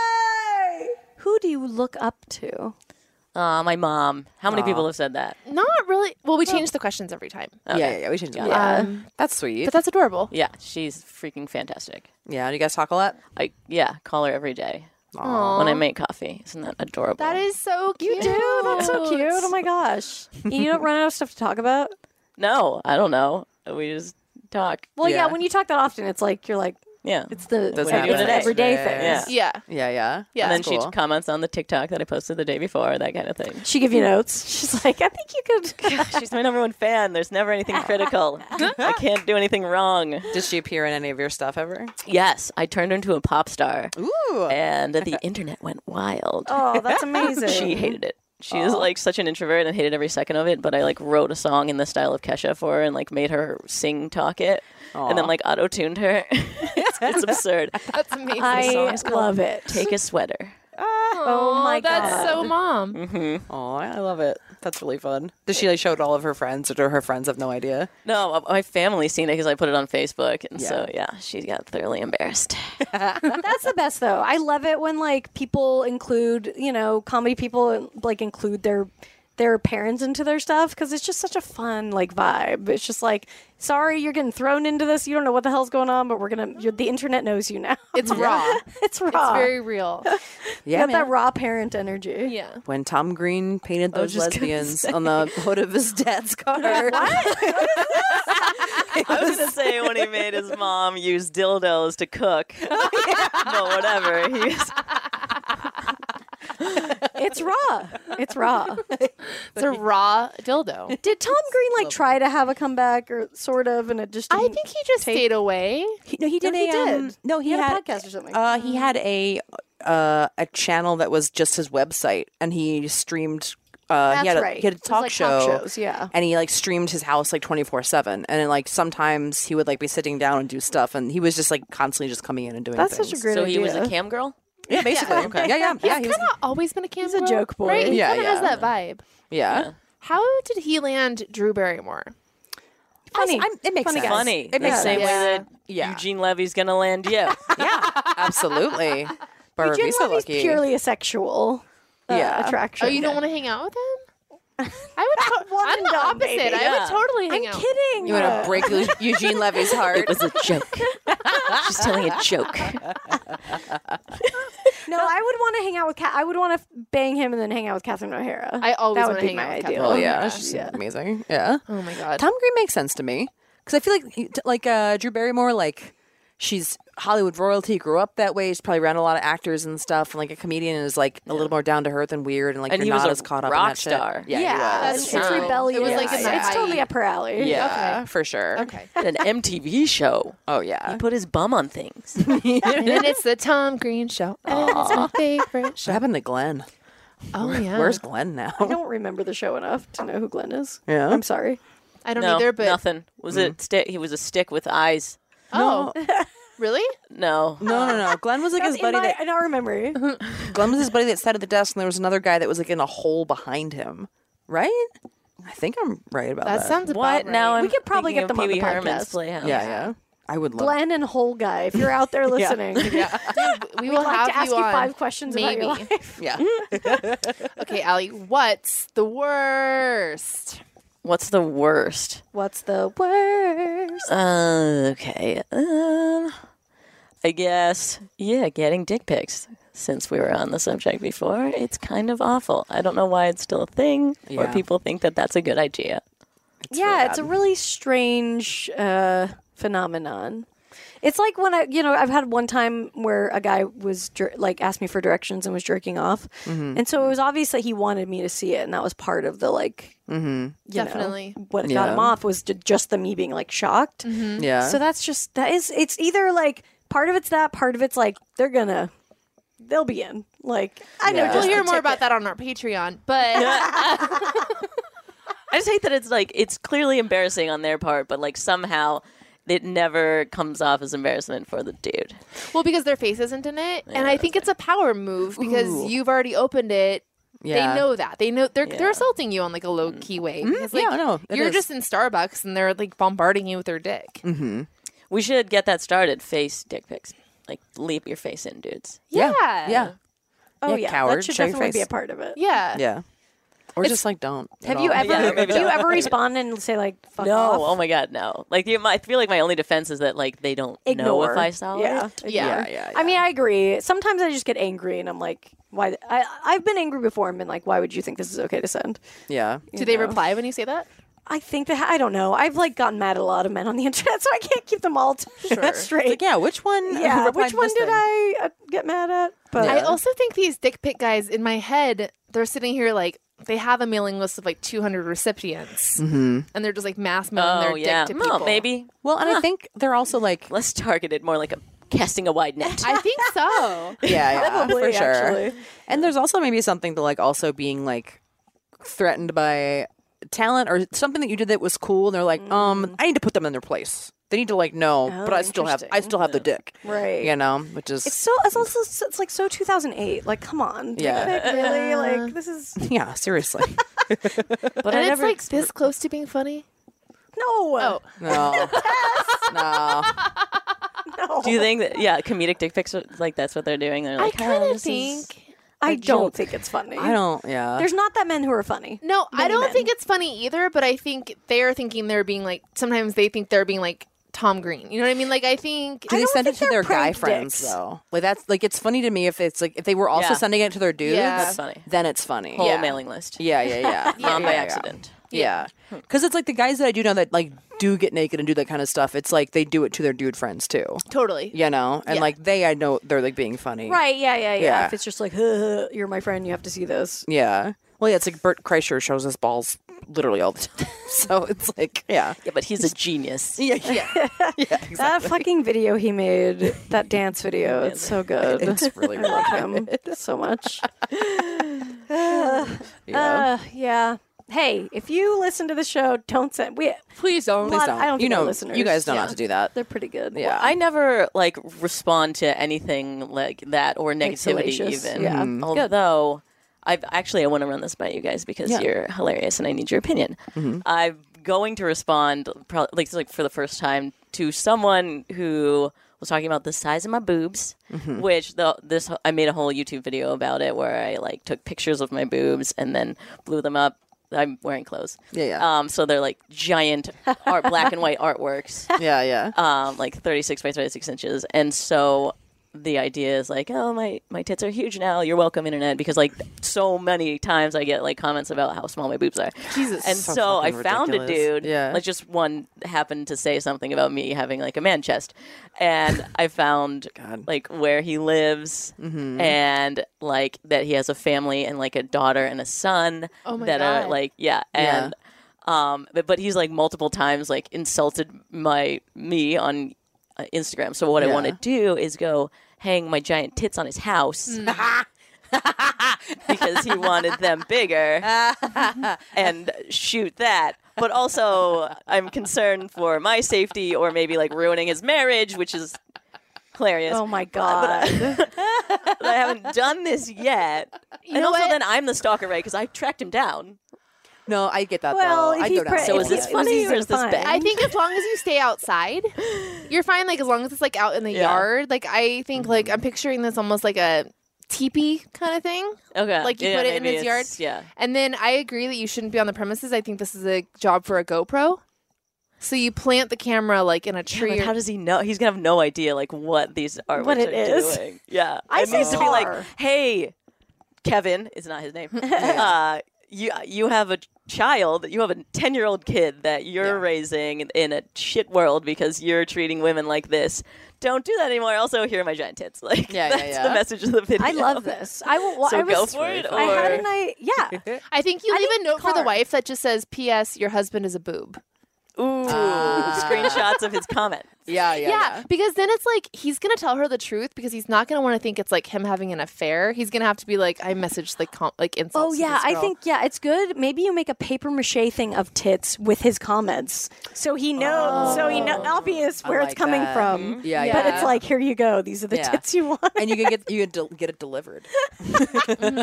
Who, what, where, when? Who, what, where, when? Who, what, where, when? Who, what, where, when? Why? Who do you look up to?
Aw, Uh, my mom. How many people have said that?
not really. Well, Oh. we changed the questions every time.
yeah, yeah, yeah. We should do that.
Um,
That's sweet.
but that's adorable.
Yeah, she's freaking fantastic.
yeah. Do you guys talk a lot?
I yeah, call her every day when I make coffee. Isn't that adorable?
That is so cute.
You do? That's so cute. Oh my gosh. you don't run out of stuff to talk about?
No, I don't know. We just talk.
Well, yeah.
Yeah.
when you talk that often, it's like you're like,
Yeah.
it's the
That's
it's
what
the
happens
everyday
today.
thing.
Yeah.
Yeah.
Yeah, yeah,
Yeah.
and then
that's
she
cool.
comments on the TikTok that I posted the day before, that kind of thing.
She give you notes. She's like, I think you could.
She's my number one fan. There's never anything critical. I can't do anything wrong.
Does she appear in any of your stuff ever?
Yes, I turned into a pop star,
Ooh.
and the internet went wild.
oh, that's amazing.
She hated it. She is like such an introvert and hated every second of it. But I like wrote a song in the style of Kesha for her and like made her sing talk it, and then like auto tuned her. it's, it's absurd.
That's amazing.
I
song's called
love it.
Take a sweater.
Oh my
that's
god.
so mom.
Oh, I I love it. That's really fun. Does she like show it to all of her friends, or do her friends have no idea?
No, uh, my family seen it because I put it on Facebook, and so
Yeah.
yeah, she got thoroughly embarrassed.
That's the best though. I love it when like people include, you know, comedy people like include their their parents into their stuff because it's just such a fun like vibe. It's just like, sorry, you're getting thrown into this. You don't know what the hell's going on, but we're gonna. You're, the internet knows you now.
It's raw.
it's raw.
It's very real.
Yeah,
got that raw parent energy.
Yeah.
when Tom Green painted those
just gonna
lesbians on the hood of his dad's car.
I was gonna say when he made his mom use dildos to
Oh,
cook, but whatever. He was-
it's raw. It's raw.
It's a raw dildo.
Did Tom Green like try to have a comeback or sort of, and it just
I
didn't-
think he just stayed away.
He, no, he did
No,
a
he did.
um, no,
He
he,
had Oh,
had,
a podcast or something.
Uh, he had a uh, a channel that was just his website, and he streamed. Uh, he
That's
had a,
right.
He had a
It was
talk
like
show.
talk shows, yeah.
And he like streamed his house like twenty four seven, and then, like sometimes he would like be sitting down and do stuff, and he was just like constantly just coming in and doing.
that's
things.
such a great
so
idea.
he was a cam girl.
yeah, basically, yeah, yeah, yeah.
He's
he
kind
was-
of always been a camera.
a joke boy.
Right? He
Yeah,
kind of
yeah.
has that vibe.
yeah.
How did he land Drew Barrymore?
Funny.
I'm- it makes sense.
Funny.
It makes
the same
sense.
way that
Yeah.
Eugene Levy's gonna land you.
Yeah, absolutely. Barbara
Jen
be so
Levy's
lucky.
purely a sexual uh,
Yeah.
attraction.
Oh, you don't want to hang out with him? I would. To-
One
I'm
and
the
done,
opposite.
baby.
I would totally
I'm
hang out.
kidding. Uh,
you want to break Lu- Eugene Levy's heart?
It was a joke. She's telling a joke.
no, I would want to hang out with Cat. I would want to bang him and then hang out with Catherine O'Hara.
I always
that
wanna
would be
hang
my
out with
ideal.
Catherine
Oh
my
yeah,
gosh,
she's amazing. Yeah.
Oh my god.
Tom Green makes sense to me because I feel like he- t- like uh, Drew Barrymore, like she's Hollywood royalty, grew up that way. She's probably around a lot of actors and stuff, and like a comedian is like a little more down to earth and weird, and like
And
you're
he was
not
a
as caught up in
rock
that shit.
star.
Yeah,
Yeah,
he was.
it's,
That's
it's
true.
rebellious.
It was like in the
it's
high-
totally up her alley.
Yeah.
for sure.
Okay.
An MTV show.
Oh
He
yeah.
put his bum on things.
and then it's the Tom Green show. And it's my favorite
What
show.
happened to Glenn?
Oh yeah.
Where's Glenn
I
now?
don't remember the show enough to know who Glenn is.
Yeah.
I'm sorry.
I don't
no,
either. But
nothing. Was
Mm.
it stick? He was a stick with eyes.
oh, really?
No.
No, no, no. Glenn was like his
In
buddy.
my-
that,
in our memory.
Glenn was his buddy that sat at the desk, and there was another guy that was like in a hole behind him. Right? I think I'm right about that.
That sounds about
What
right.
now? I'm
We could probably
thinking
get
of
them on the
Pee Wee Herman's
podcast.
Playhouse.
yeah, yeah. I would love.
Glenn and Whole Guy, if you're out there listening,
we will
I'd like
have
to ask you,
you on.
five questions
Maybe.
about your life.
Yeah.
Okay, Allie. What's the worst?
What's the worst?
What's the worst?
Uh, okay. Um, I guess, yeah, getting dick pics. Since we were on the subject before, it's kind of awful. I don't know why it's still a thing or
Yeah.
people think that that's a good idea.
yeah, it's a really strange uh, phenomenon. It's like when I, you know, I've had one time where a guy was jer- like asked me for directions and was jerking off,
Mm-hmm.
and so it was obvious that he wanted me to see it, and that was part of the like,
Mm-hmm.
you know,
Definitely.
what got
Yeah.
him off was ju- just the me being like shocked.
Mm-hmm.
Yeah.
So that's just that is it's either like part of it's that part of it's like they're gonna they'll be in like I know
We'll
just
hear
the
more
tip.
about that on our Patreon. But
I just hate that it's like it's clearly embarrassing on their part, but like somehow it never comes off as embarrassment for the dude.
well, because their face isn't in it, and I think it's a power move because you've already opened it.
Yeah.
They know that. They know they're they're assaulting you on like a low key way. Because, like,
yeah, no, it
you're
is.
just in Starbucks and they're like bombarding you with their dick.
We should get that started. Face dick pics, like leap your face in, dudes.
yeah.
Yeah.
Yeah.
oh
Yeah,
yeah that
coward,
should
show your
definitely be
face.
a part of it
Yeah.
Yeah. Or just like don't. at
uh, have you
all.
ever
Yeah, maybe
do you
don't.
ever respond and say like fuck
No,
off?
oh my god, no. Like you, I feel like my only defense is that like they don't know
Ignore.
if I saw
yeah.
it.
ignore.
Yeah,
yeah,
I mean I agree sometimes I just get angry and I'm like why I I've been angry before and been like why would you think this is okay to send
Yeah.
Do they reply when you say that?
I think that I don't know I've like gotten mad at a lot of men on the internet so I can't keep them all t- straight
Like, yeah, which one?
yeah
replied
which
to
one
this
did
thing?
I uh, get mad at but
I also think these dick pic guys in my head, they're sitting here like they have a mailing list of like 200 recipients, and they're just like mass mailing
Oh
their
yeah,
dick to people.
no, maybe
Well, and I think they're also like.
less targeted, more like a casting a wide net.
I think so.
Yeah, yeah, for
Probably,
sure.
actually.
And there's also maybe something to like also being like threatened by talent or something that you did that was cool. And they're like,
Mm.
um, I need to put them in their place. They need to like know,
Oh,
but I still have, I still have the dick.
Right.
You know, which is
It's so it's also so- it's like so 2008. Like, come on,
Yeah.
Like, really? Like, this is
yeah, seriously.
but
and it's like this close to being funny.
no,
Oh,
no, no.
no.
do you think that yeah, comedic dick pics are- like that's what they're doing? They're
I
like,
kind
"Oh,
of
this is-
think.
I don't think it's funny.
I don't. Yeah.
There's not that men who are funny.
No, I don't
men.
think it's funny either, but I think they're thinking they're being like, sometimes they think they're being like Tom Green. You know what I mean? Like, I think.
Do they send it
think
to
they're
their guy
prank
friends
dicks.
though? Like that's like it's funny to me if it's like if they were also
Yeah.
sending it to their dudes.
Yeah. That's
funny.
Then it's funny.
whole
yeah.
mailing list.
Yeah, yeah, yeah.
Mom by
Yeah, yeah.
accident.
Yeah. Because it's like the guys that I do know that like do get naked and do that kind of stuff. It's like they do it to their dude friends too.
Totally.
You know, and like they, I know they're like being funny.
Right, yeah, yeah, yeah.
Yeah.
If it's just like, "Huh, you're my friend, you have to see this.
Yeah. Well, yeah, it's like Bert Kreischer shows us balls literally all the time. so it's like, yeah.
Yeah, but he's a genius.
Yeah, yeah.
That fucking video he made, that dance video, it's so good.
It's really,
I
really
love him so much.
yeah.
Uh, yeah. Hey, if you listen to the show, don't send. We,
Please don't.
Please
don't.
I don't
you
think our
know,
listeners.
you guys know
yeah.
not to do that.
They're pretty good.
Yeah.
I never like respond to anything like that or negativity
salacious.
even.
Yeah.
Although I've actually I want to run this by you guys because you're hilarious and I need your opinion.
Mm-hmm.
I'm going to respond probably like, like for the first time to someone who was talking about the size of my boobs,
Mm-hmm.
which the, this I made a whole YouTube video about it where I like took pictures of my boobs and then blew them up. I'm wearing clothes.
Yeah, yeah.
Um, so they're like giant art, black and white artworks
Yeah, yeah.
um, like 36 by 36 inches. And so the idea is like, oh, my, my tits are huge now. You're welcome, internet. Because like so many times I get like comments about how small my boobs are. Jesus. And so, I
fucking
found a
ridiculous.
dude.
Yeah.
Like just one happened to say something about me having like a man chest. And I found like where he lives and like that he has a family and like a daughter and a son
Oh my
that are
God.
like, yeah.
Yeah.
And um, but, but he's like multiple times like insulted my me on uh, Instagram. So what I
Yeah.
want to do is go hang my giant tits on his house. because he wanted them bigger and shoot that. But also, I'm concerned for my safety or maybe like ruining his marriage, which is hilarious.
Oh my god.
But I haven't done this yet. and
know
also,
what?
then I'm the stalker, right? Because I tracked him down.
No, I get that
well,
though.
if
I
you
go down.
pre-
So
if
is
you-
this
it was
funny
easy
or
to
is this
find.
bad?
I think as long as you stay outside, you're fine. Like as long as it's like out in the yard. Like I think like
Mm-hmm.
I'm picturing this almost like a teepee kind of thing.
Okay.
Like, you
Yeah,
put it in
maybe
his
it's- Yeah.
And then I agree that you shouldn't be on the premises. I think this is a job for a GoPro. So you plant the camera like in a tree.
But
or-
how does he know? He's gonna have no idea like what these artworks
What it
are
is.
doing. Yeah,
I
it
say
needs to be
tar.
like, hey, Kevin is not his name. uh, you you have a child. You have a ten year old kid that you're raising in a shit world because you're treating women like this. Don't do that anymore. Also, here are my giant tits. Like
Yeah, yeah,
that's
yeah.
the message of the video.
I love this. I will.
So
I was,
go for it,
I had
or-
an I. Yeah.
I think you leave
think
a note for the
car.
wife that just says, "P.S. Your husband is a boob."
Ooh,
Ah.
screenshots of his comment.
yeah, yeah, yeah.
because then it's like he's gonna tell her the truth because he's not gonna want to think it's like him having an affair. He's gonna have to be like, "I messaged like com- like
Oh
insults." to
yeah,
this
I
girl."
think yeah, it's good. Maybe you make a paper mache thing of tits with his comments, so he knows. So he know obvious where
Oh. like
it's coming
that.
from.
Mm-hmm. Yeah,
But
yeah.
it's like, here you go. These are the
Yeah.
tits you want.
And you can get you can del- get it delivered.
yeah, then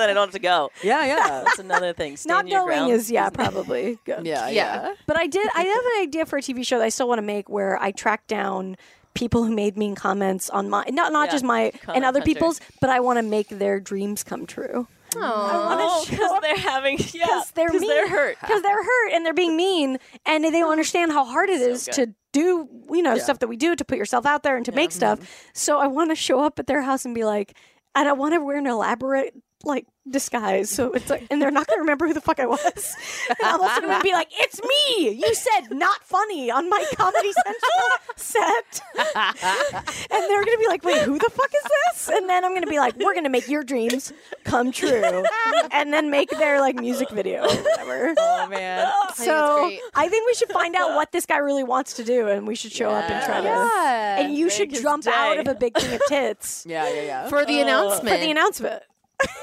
I don't have to go.
Yeah, yeah.
That's another thing. Stand
Not
your
going
ground.
is yeah, probably good.
Yeah,
Yeah.
yeah.
But I did. I have an idea for a TV show that I still want to make where I track down people who made mean comments on my not not just my and
comment
other
hunter.
people's, but I want to make their dreams come true. I
Oh,
want to
because they're having yeah,
because they're mean.
hurt. Oh,
because they're hurt and they're being mean and they don't understand how hard it is to do you know stuff that we do to put yourself out there and to make stuff
mm-hmm.
so i want to show up at their house and be like and i want to wear an elaborate like disguise so it's like and they're not going to remember who the fuck i was and i'm also going to be like it's me you said not funny on my comedy central set and they're going to be like wait who the fuck is this and then i'm going to be like we're going to make your dreams come true and then make their like music video or whatever
Oh man.
so
great.
I think we should find out what this guy really wants to do, and we should show up and try to.
yeah.
And you should
his
jump out
day.
of a big thing of tits
Yeah, yeah, yeah.
for the announcement.
for the announcement.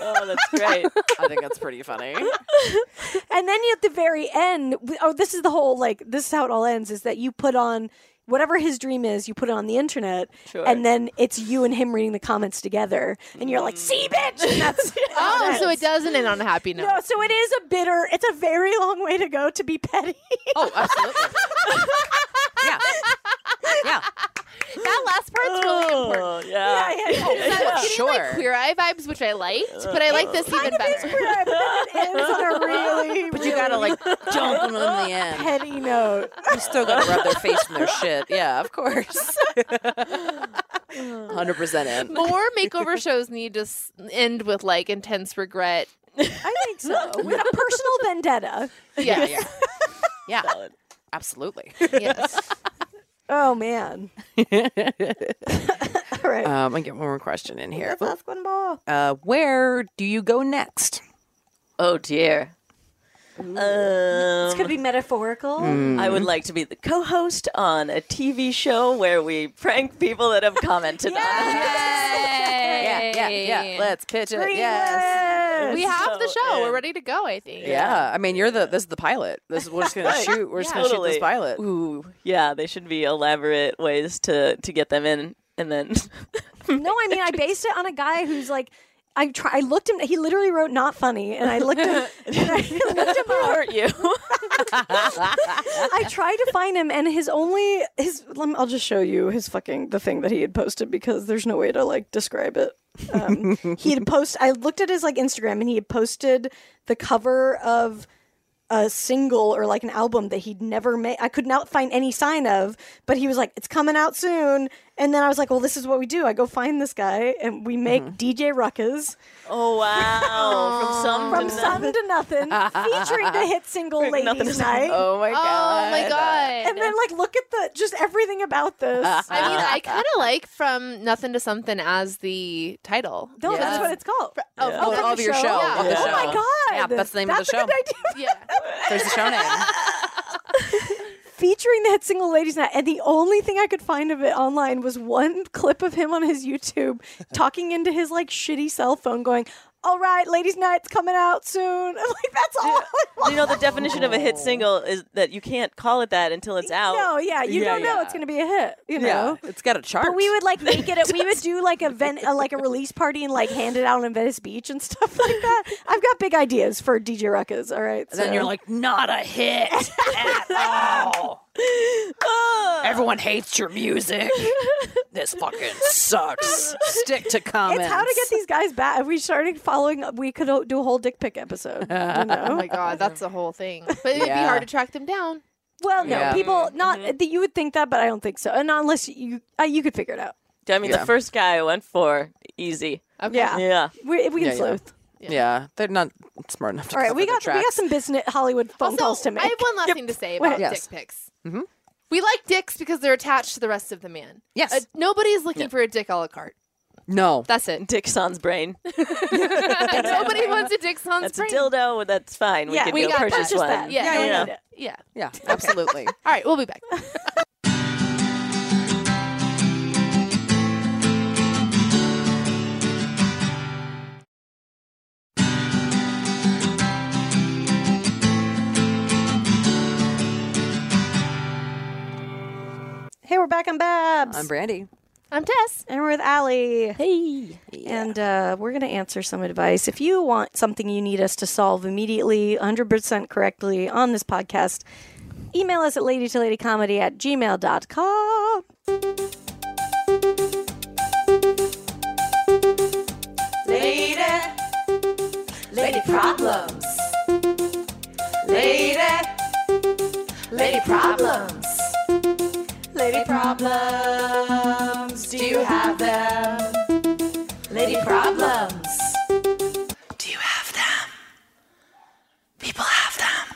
Oh, that's great.
I think that's pretty funny.
And then at the very end, we, oh, this is the whole like this is how it all ends: is that you put on whatever his dream is, you put it on the internet, and then it's you and him reading the comments together, and you're like, "See, bitch!" And that's
oh, so it doesn't end on a happy note.
No, so it is a bitter. It's a very long way to go to be petty.
Oh, absolutely. yeah. Yeah.
That last part's really important.
Oh, yeah.
yeah, yeah.
I was getting like
Sure.
queer eye vibes, which I liked, but I like this even better.
Yeah, but then it ends on a really,
But you gotta
really
like jump them in the end.
petty note.
You still gotta rub their face in their shit. Yeah, of course. Hundred percent in.
More makeover shows need to s- end with like intense regret
I think so. We had a personal vendetta.
Yeah.
yeah. Yeah. Absolutely.
Yes.
Oh man. All right.
Um, I get one more question in here.
Let's ask one more.
Uh, where do you go next?
Oh dear.
This could
Um,
be metaphorical.
Hmm.
I would like to be the co-host on a TV show where we prank people that have commented
yeah,
Yeah, yeah. Let's pitch it. Yes.
Yes.
We have the
So,
show.
uh,
We're ready to go, I think.
Yeah. I mean, you're the. This is the pilot. This is we're just gonna shoot. We're just gonna shoot
Totally.
this pilot.
on it. Ooh, yeah. They should be elaborate ways to to get them in, and then
No, I mean I based it on a guy who's like I try I looked him he literally wrote not funny and I looked him and I, looked him up.
hurt you.
I tried to find him and his only his let me, I'll just show you his fucking the thing that he had posted because there's no way to like describe it. Um, he had post I looked at his like Instagram and he had posted the cover of a single or like an album that he'd never made. I could not find any sign of, but he was like, "It's coming out soon." And then I was like, "Well, this is what we do." I go find this guy, and we make DJ Ruckus
oh wow! From some
from
to
Sun
none.
to Nothing, featuring the hit single "Ladies Night."
Oh my god.
Oh my god.
And then, like, look at the just everything about this.
I mean, I kind of like from nothing to something as the title.
No, that's what it's called.
Oh,
Oh,
for-
of your show.
Yeah.
Of the
Oh my
show.
god!
Yeah, that's the name of the
That's a
show.
good idea.
yeah.
There's the show name.
featuring the hit single Ladies Night. And the only thing I could find of it online was one clip of him on his YouTube talking into his like shitty cell phone going, All right, Ladies Night's coming out soon. I'm like, that's all. I want.
You know the definition of a hit single is that you can't call it that until it's out.
No, yeah, you
Yeah,
don't know
yeah.
it's going to be a hit, you know?
It's got a chart.
But we would like make it. A, we would do like a, ven- a like a release party and like hand it out in Venice Beach and stuff like that. I've got big ideas for DJ Ruckus. All right,
then you're
so-
like, not a hit at all. Everyone hates your music. This fucking sucks. Stick to comments.
it's how to get these guys back. If we started following, up, we could o- do a whole dick pic episode. You know?
Oh my god, that's the whole thing. But it'd be
Yeah.
hard to track them down.
Well, no,
Yeah. Mm-hmm.
people not that you would think that, but I don't think so. And unless you uh, you could figure it out.
I mean,
Yeah.
the first guy I went for, easy.
Yeah,
Yeah.
we, we can
Yeah, yeah.
sleuth.
Yeah. they're not smart enough to.
All right,
cover
we
the
got we got
tracks.
some business Hollywood phone calls
Also,
to make.
I have one last thing to say about
Yes.
dick pics. We like dicks because they're attached to the rest of the man.
Yes.
Uh, nobody's looking for a dick a la carte.
No,
That's it.
Dick Son's brain.
Nobody wants a dick on
That's
screen.
a dildo. well, That's fine. We
Yeah,
can
we
go
got that.
purchase
Purchase
one.
that.
Yeah,
No,
yeah,
we
yeah.
need it.
yeah.
yeah, absolutely.
All right, we'll be back.
Hey, we're back on Babs.
I'm Brandy.
I'm Tess.
and we're with Allie.
Hey.
And uh, we're going to answer some advice. If you want something you need us to solve immediately, 100% correctly on this podcast, email us at ladytoladycomedy at gmail.com. Lady, lady problems. Lady, lady problems. Lady problems. Do you have them? Lady problems.
Do you have them? People have them.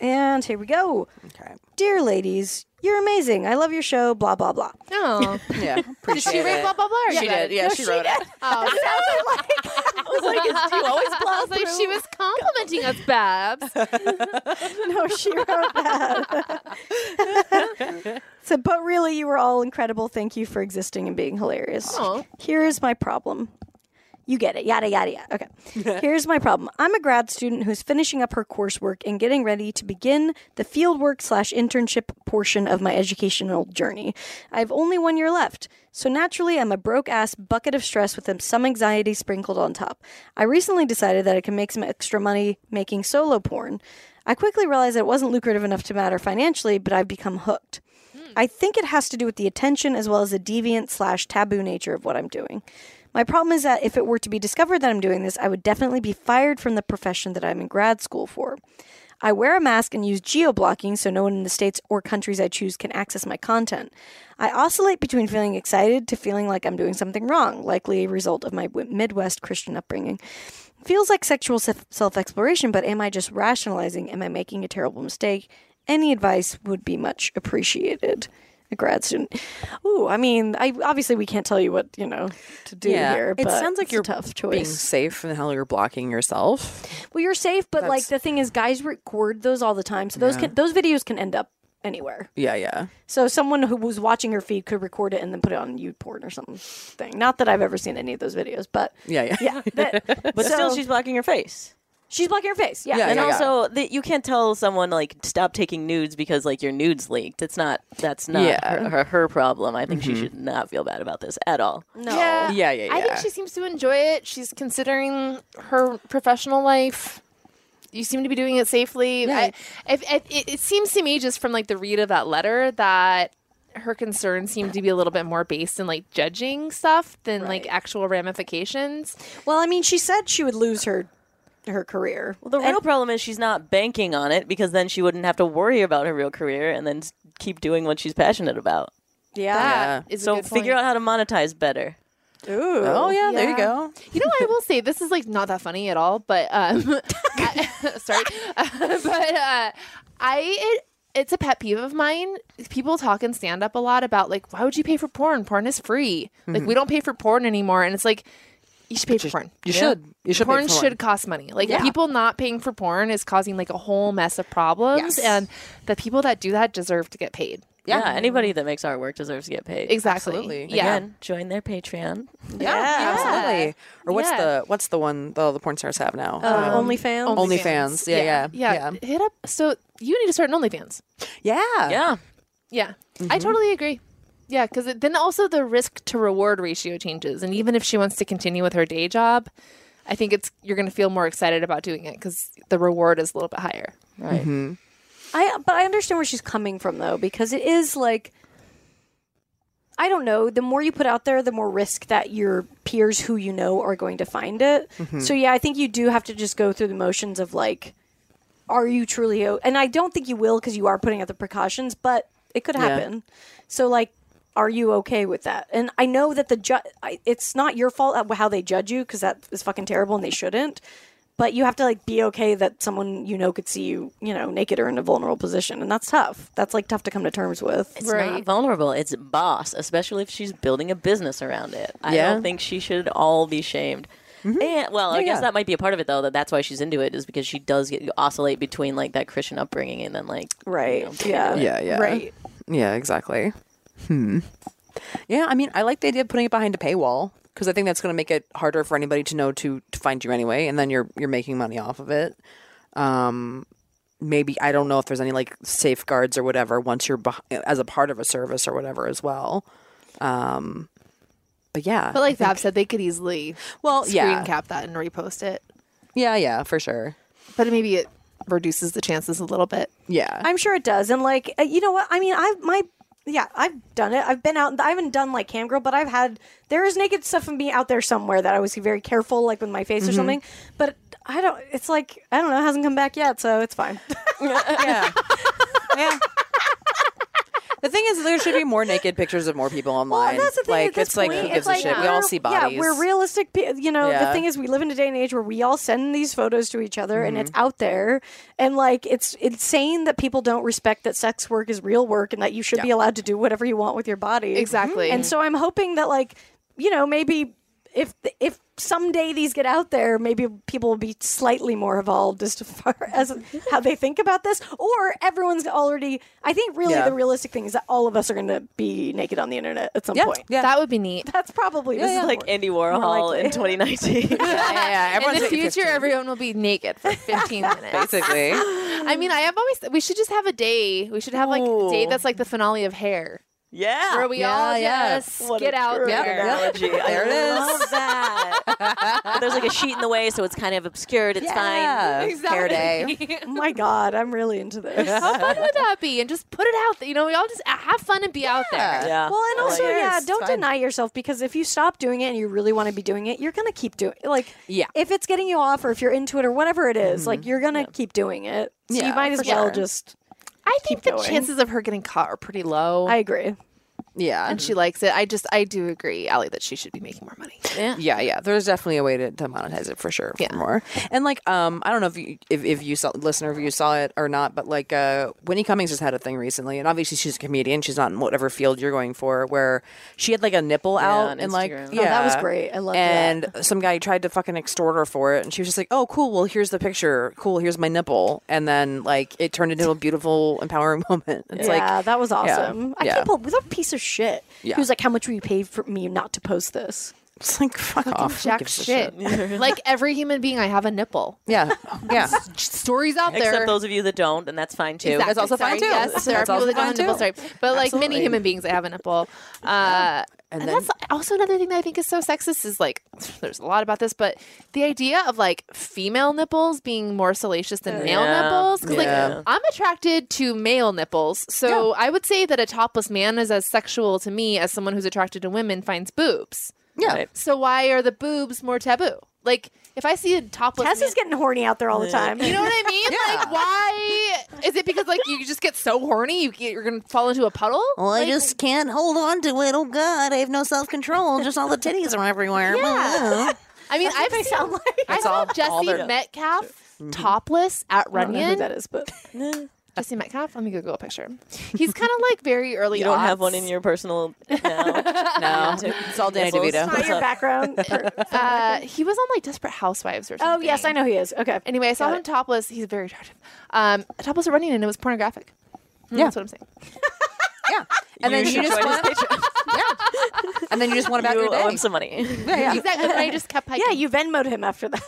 And here we go.
Okay.
Dear ladies, you're amazing. I love your show, blah, blah, blah.
Oh,
Yeah.
did she read blah blah blah? or
She
you read
did.
it?
Yeah, she, wrote it.
Oh, so-
I was like, is- do you always
I was like, she was complimenting us, Babs.
No, she wrote that. so, but really, you were all incredible. Thank you for existing and being hilarious.
Aw.
Here is my problem. You get it. Yada, yada, yada. Okay. Here's my problem. I'm a grad student who's finishing up her coursework and getting ready to begin the fieldwork slash internship portion of my educational journey. I have only one year left. So naturally, I'm a broke ass bucket of stress with some anxiety sprinkled on top. I recently decided that I can make some extra money making solo porn. I quickly realized that it wasn't lucrative enough to matter financially, but I've become hooked. I think it has to do with the attention as well as the deviant slash taboo nature of what I'm doing. My problem is that if it were to be discovered that I'm doing this, I would definitely be fired from the profession that I'm in grad school for. I wear a mask and use geo blocking so no one in the states or countries I choose can access my content. I oscillate between feeling excited to feeling like I'm doing something wrong, likely a result of my w- Midwest Christian upbringing. Feels like sexual self exploration, but am I just rationalizing? Am I making a terrible mistake? Any advice would be much appreciated. A grad student. Ooh, I mean, I obviously we can't tell you what you know to do here.
it
but
sounds like
it's a
you're
tough
being
choice.
safe and how you're blocking yourself.
Well, you're safe, but like
That's-
the thing is, guys record those all the time, so those can, those videos can end up anywhere.
Yeah, yeah.
So someone who was watching her feed could record it and then put it on YouPorn or something. Thing. Not that I've ever seen any of those videos, but
Yeah, yeah.
yeah, that-
But still,
so-
she's blocking her face.
she's blocking her face. Yeah,
Yeah,
And
yeah.
also, that you can't tell someone like stop taking nudes because like your nudes leaked. It's not. That's not
Yeah. Mm-hmm.
her, her, her problem. I think she should not feel bad about this at all.
no.
Yeah.
Yeah, yeah,
I think
yeah.
she seems to enjoy it. She's considering her professional life. You seem to be doing it safely. I, if, if, it, it seems to me, just from like the read of that letter, that her concerns seem to be a little bit more based in like judging stuff than like actual ramifications.
Well, I mean, she said she would lose her her career.
Well, the real problem is she's not banking on it because then she wouldn't have to worry about her real career and then s- keep doing what she's passionate about.
Yeah.
That is a
so
good
figure
point.
out how to monetize better.
Ooh.
Oh yeah, there you go.
You know, I will say this is like not that funny at all, but um, I- sorry, but uh, I it, it's a pet peeve of mine. People talk in stand up a lot about like, why would you pay for porn? Porn is free. Like we don't pay for porn anymore, and it's like you should pay for porn.
Mm-hmm. You should. You should.
Porn
pay for
should cost money. Like people not paying for porn is causing like a whole mess of problems, and the people that do that deserve to get paid.
Yeah. anybody that makes artwork deserves to get paid.
Exactly.
Absolutely.
Yeah.
Again, join their Patreon.
Yeah, absolutely. Or what's
Yeah.
the what's the one the, the porn stars have now?
Um,
Uh, OnlyFans.
OnlyFans. Yeah, yeah,
yeah. Yeah. Hit up. So you need to start an OnlyFans.
yeah.
Yeah.
Yeah, I totally agree. Yeah, because then also the risk to reward ratio changes, and even if she wants to continue with her day job, I think it's you're going to feel more excited about doing it because the reward is a little bit higher.
Right.
Mm-hmm.
I but I understand where she's coming from though because it is like I don't know, the more you put out there the more risk that your peers who you know are going to find it. So yeah, I think you do have to just go through the motions of like are you truly o- and I don't think you will cuz you are putting out the precautions, but it could happen. So like are you okay with that? And I know that the ju- I, it's not your fault how they judge you cuz that is fucking terrible and they shouldn't but you have to like be okay that someone you know could see you you know naked or in a vulnerable position and that's tough that's like tough to come to terms with
It's not vulnerable. It's boss, especially if she's building a business around it. I
Yeah. Mm-hmm.
don't think she should all be shamed. And, well, I guess
yeah.
that might be a part of it though. That that's why she's into it is because she does get oscillate between like that Christian upbringing and then like
right yeah
Yeah, yeah.
right
Yeah, exactly. Hmm. Yeah, I mean, I like the idea of putting it behind a paywall because I think that's going to make it harder for anybody to know to, to find you anyway, and then you're you're making money off of it. Um, maybe I don't know if there's any like safeguards or whatever once you're beh- as a part of a service or whatever as well. Um, but yeah,
But like Fab said, they could easily
well,
screen
yeah,
cap that and repost it,
yeah, yeah, for sure.
but maybe it reduces the chances a little bit.
Yeah,
i'm sure it does and like uh, you know what i mean i've my yeah i've done it i've been out i haven't done like cam girl but i've had there is naked stuff of me out there somewhere that i was very careful like with my face or something but i don't it's like i don't know it hasn't come back yet so it's fine
yeah. yeah. The thing is, there should be more naked pictures of more people online.
that's the thing,
like,
at this
it's like, who
point,
gives
it's
a
like,
shit? We all
we're-
see bodies.
Yeah, we're realistic. pe- You know, the
Yeah.
thing is, we live in a day and age where we all send these photos to each other, and it's
Mm-hmm.
out there. And like, it's insane that people don't respect that sex work is real work, and that you should be allowed to do whatever you want with your body.
Exactly.
And so I'm hoping that, like, you know, maybe if if someday these get out there, maybe people will be slightly more evolved as to far as how they think about this, or everyone's already. I think really
Yeah.
the realistic thing is that all of us are going to be naked on the internet at some
yeah,
point.
yeah.
That would be neat.
That's probably this
This
is
is like Andy Warhol in 2019.
yeah, yeah, yeah. In
taking
the future, everyone will be naked for 15 minutes.
basically.
I mean, I have always. We should just have a day. We should have like a day that's like the finale of Hair.
yeah.
where we
Yeah,
all
yeah.
just get out
great
there.
analogy. I
There it is.
love that. but there's like a sheet in the way, so it's kind of obscured. It's
Yeah.
fine.
Hair day.
Oh my god, I'm really into this.
How fun would that be? And just put it out. there. You know, we all just uh, have fun and be out there.
Yeah.
Well, and
I like
also,
it.
yeah,
it's
don't
fine.
deny yourself because if you stop doing it and you really want to be doing it, you're gonna keep doing like
Yeah. Mm-hmm.
If it's getting you off, or if you're into it, or whatever it is, like you're gonna keep doing it. So you
Yeah,
might as
for
well
sure.
just.
I think the
going.
chances of her getting caught are pretty low.
I agree.
Yeah.
and she likes it. I just I do agree, Allie, that she should be making more money.
yeah, yeah. There's definitely a way to, to monetize it for sure. For
Yeah.
more. And like, um, I don't know if you if, if you saw listener if you saw it or not, but like, uh, Winnie Cummings has had a thing recently, and obviously she's a comedian. She's not in whatever field you're going for. Where she had like a nipple out
on
and like,
Instagram.
yeah,
Oh, that was great. I loved
and And some guy tried to fucking extort her for it, and she was just like, "Oh, cool. Well, here's the picture. Cool. Here's my nipple." And then like, it turned into a beautiful, empowering moment. It's like,
yeah, that was awesome. I
yeah.
can't believe that piece of shit.
Yeah.
He was like, "How much will you pay for me not to post this?"
it's like fuck off. Who
Jack
gives a
shit. like every human being, I have a nipple.
Yeah, yeah.
Stories out there.
Except those of you that don't, and that's fine too.
Exactly.
That's also
Sorry.
fine, too.
Yes, there
That's
are people
also
that
fine,
don't have nipples.
too.
Sorry, but like many
Absolutely.
human beings, they have a nipple. Uh, and
then-
that's also another thing that I think is so sexist is like, there's a lot about this, but the idea of like female nipples being more salacious than male
Yeah.
nipples. Because
Oh, Yeah.
like I'm attracted to male nipples, so I would say that a topless man is as sexual to me as someone who's attracted to women finds boobs.
Yeah.
So why are the boobs more taboo? Like if I see a topless,
Tess
man-
is getting horny out there all the time.
you know what I mean? Like, why is it because like you just get so horny you get, you're gonna fall into a puddle?
Well, I just can't hold on to it. Oh God, I have no self control. Just all the titties are everywhere.
Yeah. I mean, I've seen, I saw Jesse
they're-
Metcalf
Mm-hmm.
topless at
I don't know who
Runyon.
that is, but
Jesse Metcalf. Let me Google a picture. He's kind of like very early.
You don't
aughts.
have one in your personal. No,
No, it's all Danny
Nipples.
DeVito.
not your background.
Uh, he was on like Desperate Housewives or
oh
something.
yes, I know he is. Okay.
Anyway, I saw him topless. He's very attractive. Um, topless at Runyon, and it was pornographic. Mm,
Hmm.
Yeah.
That's what I'm saying.
Yeah. And then
You
you
should
just
join
want Yeah. And then you just want about
you
your
owe
day.
him Oh, some money.
Yeah, yeah.
Exactly. But I just kept hiking.
yeah, you Venmoed him after that.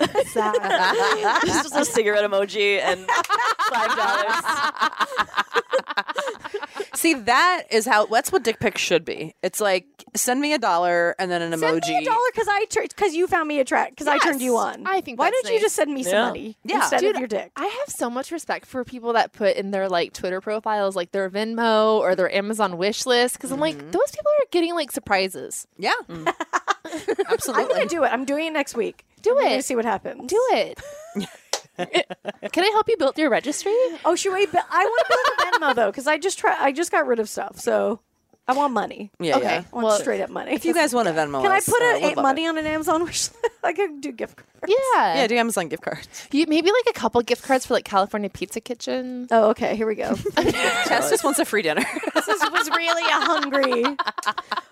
It's just a cigarette emoji and five dollars.
See, that is how that's what dick pics should be. It's like send me a dollar and then an emoji.
Send me a dollar because I because you found me attract because I turned you
Yes.
on.
I think
Why
that's
don't you
nice.
just send me some
Yeah.
money
Yeah.
instead
Dude,
of your dick?
I have so much respect for people that put in their like Twitter profiles like their Venmo or their Amazon wish list because I'm
Mm-hmm.
like those people are getting like surprises.
Yeah.
I'm
Absolutely.
gonna do it. I'm doing it next week.
Do
I'm gonna
it.
see what happens.
Do it. Can I help you build your registry?
Oh, should we? But I want to build a Venmo though because I just try. I just got rid of stuff, so I want money.
Yeah,
Okay.
yeah.
I want
Well,
straight up money.
If you guys want a Venmo,
Can I
us,
put
uh,
a
we'd
eight
love
money on an Amazon wish list? I could do gift cards.
Yeah.
It. Yeah, do Amazon gift cards.
You, maybe like a couple gift cards for like California Pizza Kitchen.
Oh, okay. Here we go.
Tess just wants a free dinner.
this was really a hungry.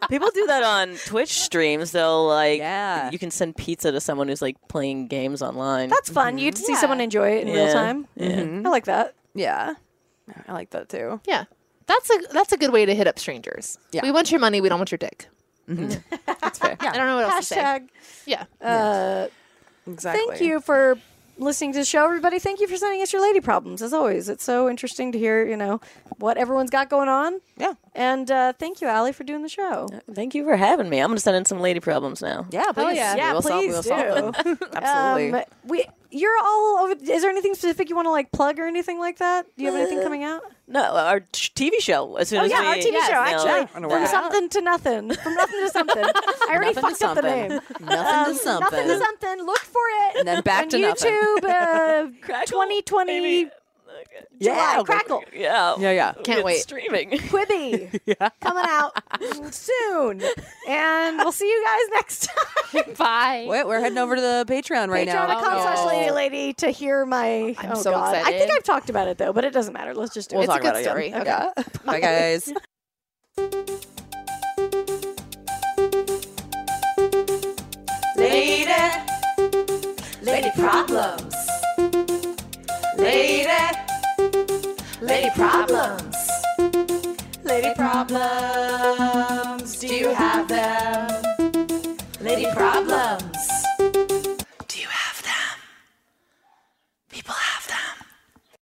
People do that on Twitch streams. They'll like,
Yeah.
you can send pizza to someone who's like playing games online.
That's fun. You'd see someone enjoy it in real
Yeah.
time. Mm-hmm.
Mm-hmm.
I like that.
yeah. I like that too.
Yeah. That's a that's a good way to hit up strangers.
Yeah.
We want your money. We don't want your dick.
Mm-hmm.
That's fair.
I
Yeah.
don't know what else to
Hashtag.
say. Yeah.
Uh,
Exactly.
thank you for listening to the show, everybody. Thank you for sending us your lady problems. As always, it's so interesting to hear, you know, what everyone's got going on.
Yeah.
And uh, thank you, Allie, for doing the show.
Thank you for having me. I'm gonna send in some lady problems now.
Yeah, please.
yeah.
Oh,
We
Yeah,
will solve, we will
please
solve them. Absolutely.
Um, we, you're all over. Is there anything specific you want to like plug or anything like that? Do you have anything coming out?
No, our t- TV show. As soon
Uh, Oh
as
yeah,
we,
our TV show
Yes, no.
actually.
I'm gonna
From
work it out.
something to nothing. From nothing to something. I already
Nothing to
fucked up the
something.
name.
Nothing to
Um,
something.
Nothing to something. Look for it.
And then back
on
to nothing.
YouTube, uh,
Crackle,
2020
maybe.
July. Crackle.
Yeah.
Yeah, yeah.
Can't
It's
wait.
Streaming.
Quibi. Coming out soon. And we'll see you guys next time.
Bye.
Wait, we're heading over to the Patreon right now.
Patreon.com slash Lady Lady to hear my.
Oh, I'm
oh,
so
God. I think
excited.
I've talked about it, though, but it doesn't matter. Let's just do
We'll
it.
talk
it's a
about
good story.
it. yeah. Yeah. Bye, guys.
Lady, lady problems. Lady, lady problems. Lady problems, do you have them? Lady problems.